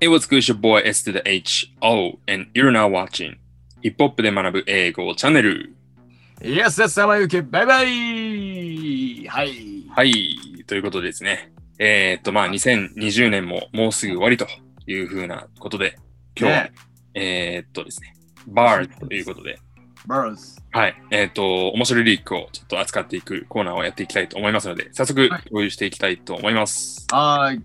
Hey, what's good? It's your boy S to the H. Oh, and you're now watching ヒップホップで学ぶ英語チャンネル。 Yes, yes, 山ゆき、バイバイはい。はい、ということでですね。えー、っと、まあ、2020年ももうすぐ終わりというふうなことで、今日は、ねえー、っとですね、バーということで、バース。はい、えー、っと、面白いリリックをちょっと扱っていくコーナーをやっていきたいと思いますので、早速はい共有していきたいと思います。はーい。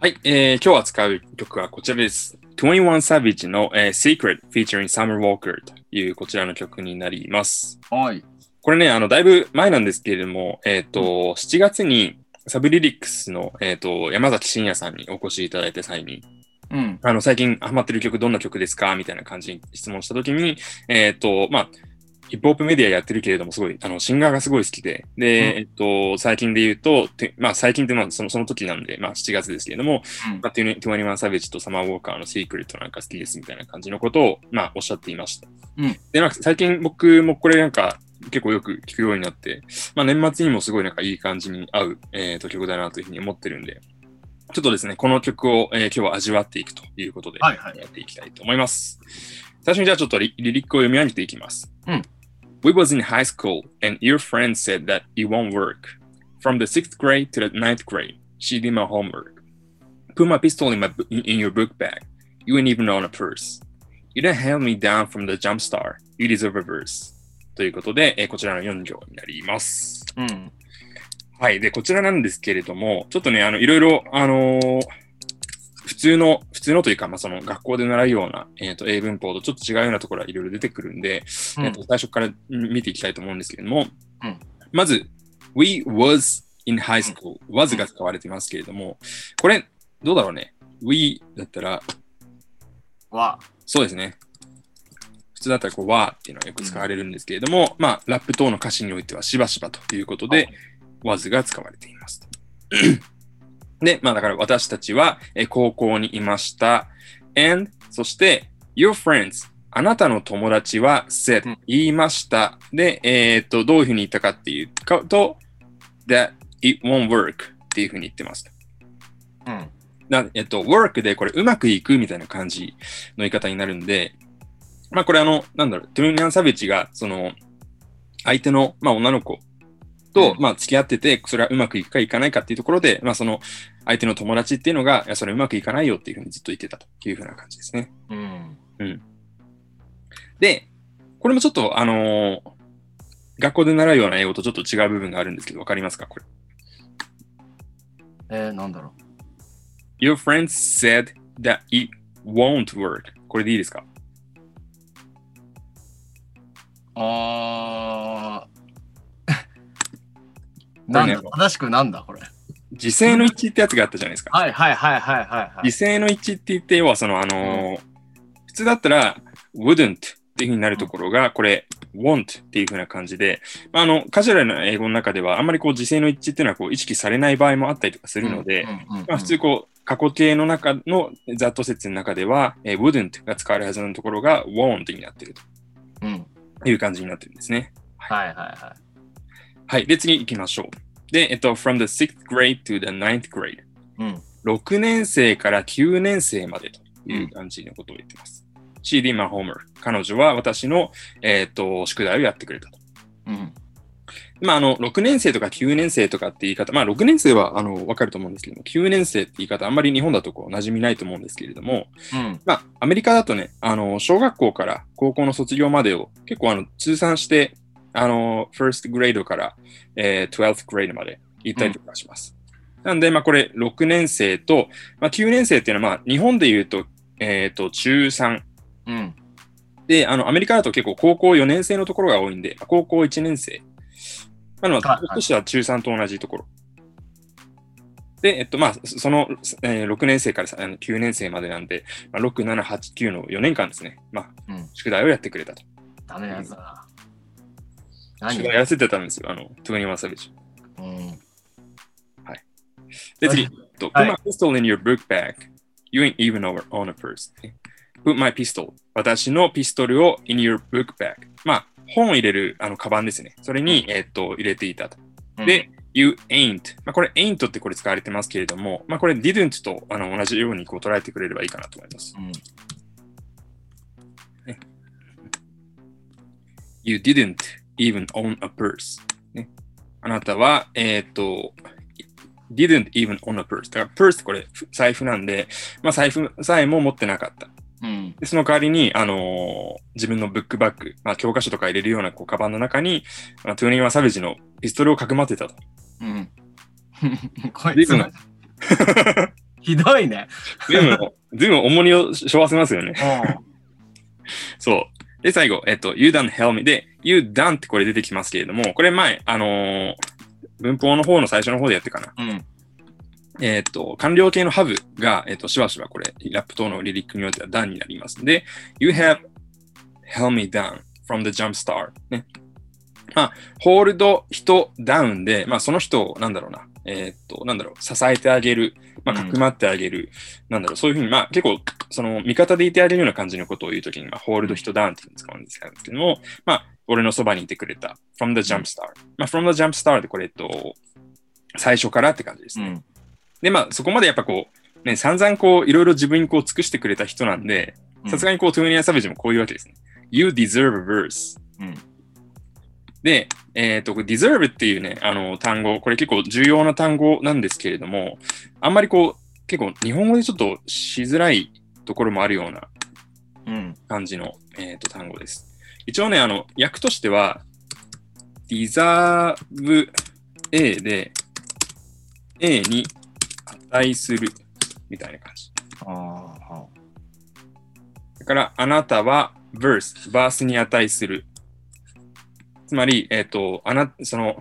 はい、えー今日扱う曲はこちらです。21 Savage の、えー Secret featuring Summer Walker というこちらの曲になります。はい。これね、あの、だいぶ前なんですけれども、えっ、と、7月にサブリリックスの、えっ、と、山崎真也さんにお越しいただいた際に、うん。あの、最近ハマってる曲どんな曲ですかみたいな感じに質問した時に、えっ、と、まあ、ヒップホップメディアやってるけれども、すごい、あの、シンガーがすごい好きで、で、えっと、最近で言うと、てまあ、最近って、まあ、その、その時なんで、まあ、7月ですけれども、うんまあ、21サービッジとサマーウォーカーのシークレットなんか好きですみたいな感じのことを、まあ、おっしゃっていました。うんで、なんか最近僕もこれなんか結構よく聞くようになって、まあ、年末にもすごいなんかいい感じに合う、えー、と曲だなというふうに思ってるんで、ちょっとですね、この曲を、えー今日は味わっていくということで、はいはいやっていきたいと思います。最初にじゃあちょっとリリリックを読み上げていきます。うん We was in high school and your friend said that it won't work. From the sixth grade to the ninth grade, she did my homework. put my pistol in my in, in your book bag. You ain't even on a purse. You didn't held me down from the jump start. You deserve a verse. ということで、えーこちらの4行になります。うん。はい。で、こちらなんですけれども、ちょっとね、あの、いろいろ、あのー普通の、普通のというか、まあ、その学校で習うような、えっ、と、英文法とちょっと違うようなところはいろいろ出てくるんで、うんえっと最初から見ていきたいと思うんですけれども、うんまず、we was in high school、was が使われてますけれども、これ、どうだろうね。we だったら、わ。そうですね。普通だったらこう、わーっていうのがよく使われるんですけれども、まあ、ラップ等の歌詞においてはしばしばということで、was が使われています。 で、まあだから私たちはえー高校にいました。and そして your friends あなたの友達は said、うん言いました。で、えーっと、どういうふうに言ったかっていうかと that it won't work っていうふうに言ってます。うん。なえっと、work でこれうまくいくみたいな感じの言い方になるんで、まあこれあの、なんだろう、トゥルニアン・サビッチが、その、相手の、まあ女の子と、うんまあ付き合ってて、それはうまくいくかいかないかっていうところで、まあその、相手の友達っていうのが、いや、それうまくいかないよっていうふうにずっと言ってたというふうな感じですね。うん。で、これもちょっと、あのー学校で習うような英語とちょっと違う部分があるんですけど、わかりますかこれ。えー、なんだろ Your friends said that it won't work. これでいいですかう。あー。これ なねんだ正しくなんだこれ。時勢の一致ってやつがあったじゃないですか。はいはいはいはいはいは理い。性の一致って言って、要はその、あのー普通だったら、wouldn't っていうふうになるところが、これ、want っていうふうな感じで、まあ、あの、カジュアルな英語の中では、あんまりこう、時勢の一致っていうのは、こう、意識されない場合もあったりとかするので、うんうんうんまあ、普通こう、過去形の中のざっと説の中では、えー wouldn't が使われるはずのところが won't になってるうん。という感じになってるんですね。はいはいははい。で、次行きましょう。で、えっと、from the sixth grade to the ninth grade。い。うん。 6年生から9年生までという感じのことを言ってます。CD マホーム彼女は私の、えー、と宿題をやってくれたと。うん。まあ、あの6年生とか9年生とかって言い方、まあ、6年生はあの分かると思うんですけども、9年生って言い方、あんまり日本だとこう馴染みないと思うんですけれども、うん。まあ、アメリカだとね、あの小学校から高校の卒業までを結構あの通算して、あの first grade から、えー、12th grade まで行ったりとかします。なんで、まあ、これ6年生と、まあ、9年生っていうのは、まあ、日本で言うと,、えー、と中3うん。であの、アメリカだと結構高校4年生のところが多いんで、高校1年生。なので、はいはい僕としては中3と同じところ。で、えっと、まあ、そその、えー6年生からさあの9年生までなんで、まあ、6、7、8、9の4年間ですね。まあ、うん宿題をやってくれたと。ダメなやつだな。宿何題やらせてたんですよ、あの、トゥニワサビジ。うん。で、次、えっと Put はい my pistol in your book bag. You ain't even over on a purse. Put my pistol. 私のピストルを in your book bag. まあ、本を入れる、あの、カバンですね。それに、えっと、入れていたと。うんで、 You ain't。まあ、これ ain't ってこれ使われてますけれども、まあ、これ didn't とあの同じようにこう捉えてくれればいいかなと思います。うん。 You didn't even own a purse、ね。あなたは、えっ、と、didn't even own a purse。だから purse これふ財布なんで、まあ、財布さえも持ってなかった。うん。でその代わりに、あのー自分のブックバッグ、まあ、教科書とか入れるようなこうカバンの中に、まあ、トゥーニーワンサベジのピストルをかくまってたと。 うん。こ随いつ分、 ひどいね。随分、随分重荷を背負わせますよね。そう。で、最後、えっと、you done help me で、you done ってこれ出てきますけれども、これ前、あのー文法の方の最初の方でやってかな。うん。うん。えっと、完了形のハブが、えっと、しばしばこれ、ラップ等のリリックによっては done になりますので、you have help me down from the jump start ね。まあ、ホールド、人、ダウンで、まあ、その人を、なんだろうな、えっと、なんだろう、支えてあげる、まあ、うかんくまってあげる、なんだろう、そういうふうに、まあ、結構、その、味方でいてあげるような感じのことを言うときに、まあ、ホールド、人、ダウンっていうのを使うんですけども、まあ、俺のそばにいてくれた、from the jump start。まあ、from the jump start でこれ、えっと、最初からって感じですうね。ん。で、まあ、そこまでやっぱこう、ね、散々こう、いろいろ自分にこう、尽くしてくれた人なんで、さすがにこう、トゥーニア・サベジもこういうわけですね。You deserve a verse. うんで、えっ、と、これ deserve っていうね、あの、単語、これ結構重要な単語なんですけれども、あんまりこう、結構日本語でちょっとしづらいところもあるようなうん。感じの、えー、と単語です。一応ね、あの、訳としては、deserve A で、A に値するみたいな感じ。ああ。だから、あなたは verse、バースに値する。つまり、えっ、と、あな、その、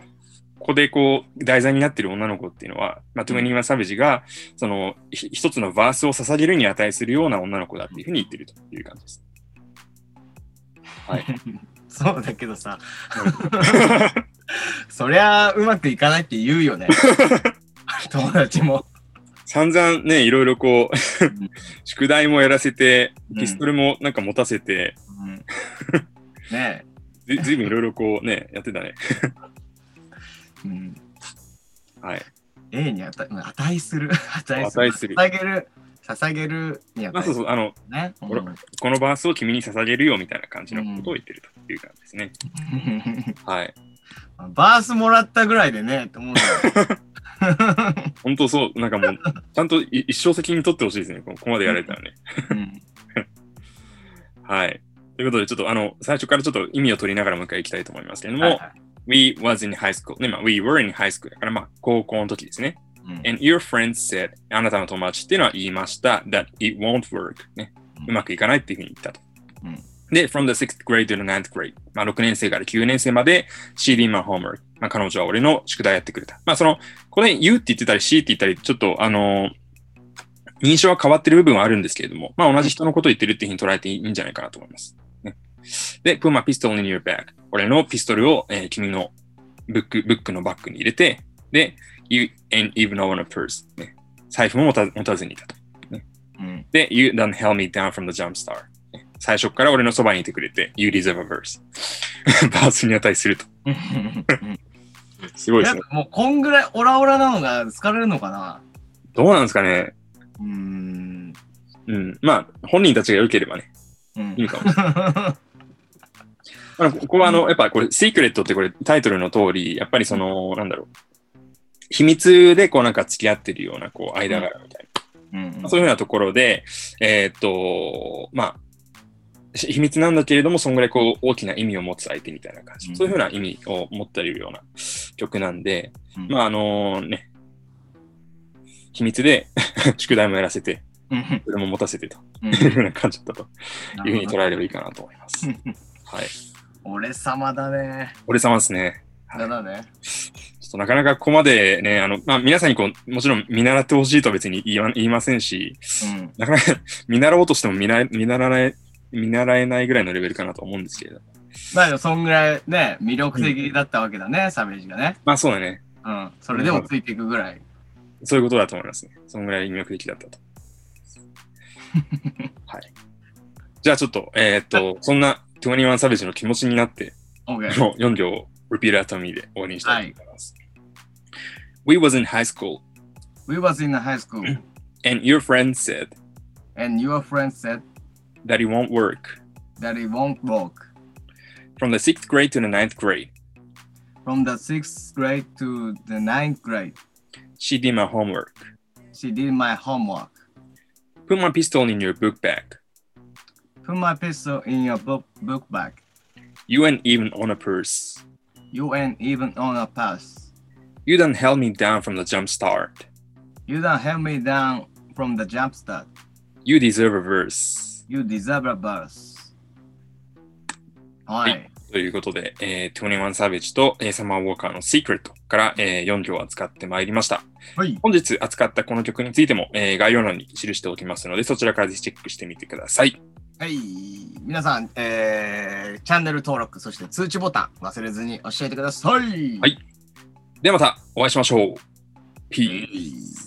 ここでこう、題材になっている女の子っていうのは、まあ、トゥメニーマ・サベジが、その、ひ一つのバースを捧げるに値するような女の子だっていうふうに言ってるという感じです。そうだけどさ、そりゃうまくいかないって言う よね。友達も。散々ね、いろいろこう、ん 宿題もやらせて、うんピストルもなんか持たせて、うんねずずいぶんいろいろこうね、やってたね。え。うんはい。 A に値うん値する。値する。値する捧げる。捧げるにまあ値そうすそう、るあの、ね。うそうこのバースを君に捧げるよみたいな感じのことを言ってるという感じですね。はい。うん バースもらったぐらいでね、って思うんだ よ。本当そう、なんかもう、ちゃんとい一生責任取ってほしいですね。こここまでやられたらね。うんはい。ということで、ちょっとあの、最初からちょっと意味を取りながらもう一回行きたいと思いますけれども、はいはい We was in high school. ね、まあ、We were in high school だから、まあ、高校の時ですね。うん And your friend said, あなたの友達っていうのは言いました。That it won't work. ねうん。うまくいかないっていうふうに言ったと。うんで、from the sixth grade to the ninth grade。まあ、6年生から9年生まで she did my homework。まあ、彼女は俺の宿題やってくれた。まあ、その、これ you って言ってたり she って言ったり、ちょっとあのー印象は変わってる部分はあるんですけれども、まあ、同じ人のことを言ってるっていうふうに捉えていいんじゃないかなと思います。ねで、put my pistol in your bag。俺のピストルを、えー君のブック、ブックのバッグに入れて、で、You ain't even own a purse、ね。財布も持た持たずにいたと。うんで、You done held me down from the jump star、ね。最初から俺のそばにいてくれて、You deserve a verse。バースに値すると。 すごいでやすね。っぱもうこんぐらいオラオラなのが疲れるのかなどうなんですかね。うーん。うん。まあ、本人たちが良ければね、うんいいかも。まあここは、あの、やっぱこれ、シークレットってこれ、タイトルの通り、やっぱりその、なんだろう。秘密で、こう、なんか付き合ってるような、こう、間柄みたいな。 うんそういうふうなところで、えーっと、まあ、し秘密なんだけれども、そんぐらいこう大きな意味を持つ相手みたいな感じ、うんそういうふうな意味を持っているような曲なんで、うんまあ、あのね、秘密で 宿題もやらせて、うんそれも持たせてと うんいうふうな感じだったとないうふうにるほど捉えればいいかなと思いますうん。はい。俺様だね。俺様ですね。はいだだね。ちょっとなかなかここまでね、あの、まあ、皆さんにこう、もちろん見習ってほしいとは別に言わ言いませんし、うん。なかなか 見習おうとしても見な見習え見習えないぐらいのレベルかなと思うんですけれど。まあでもそんぐらいね、魅力的だったわけだね、サベージがね。まあそうだね。うん。それでもついていくぐらい。そういうことだと思いますね。そのぐらい魅力的だったと。はい。じゃあちょっと、えーっと、そんな21サベージの気持ちになって、 OK。の4行を repeat after me で終わりにしたいと思います。 We was in high school, We was in high school, and your friend said and your friend said that it won't work. that it won't work. From the sixth grade to the ninth grade, From the sixth grade to the ninth grade, she did my homework. she did my homework. Put my pistol in your book bag. Put my pistol in your book, book bag. You ain't even on a purse. You ain't even on a pass. You done held me down from the jump start. You done held me down from the jump start. You deserve a verse. You deserve a verse. は。はいということで、えー、21サーベージと、えーサマーウォーカーの Secret から、え4曲を扱ってまいりました。はい。本日扱ったこの曲についても、えー概要欄に記しておきますので、そちらからぜひチェックしてみてください。はい。皆さん、えー、チャンネル登録、そして通知ボタン忘れずに教えてください。はいではまたお会いしましょう。ピース。い。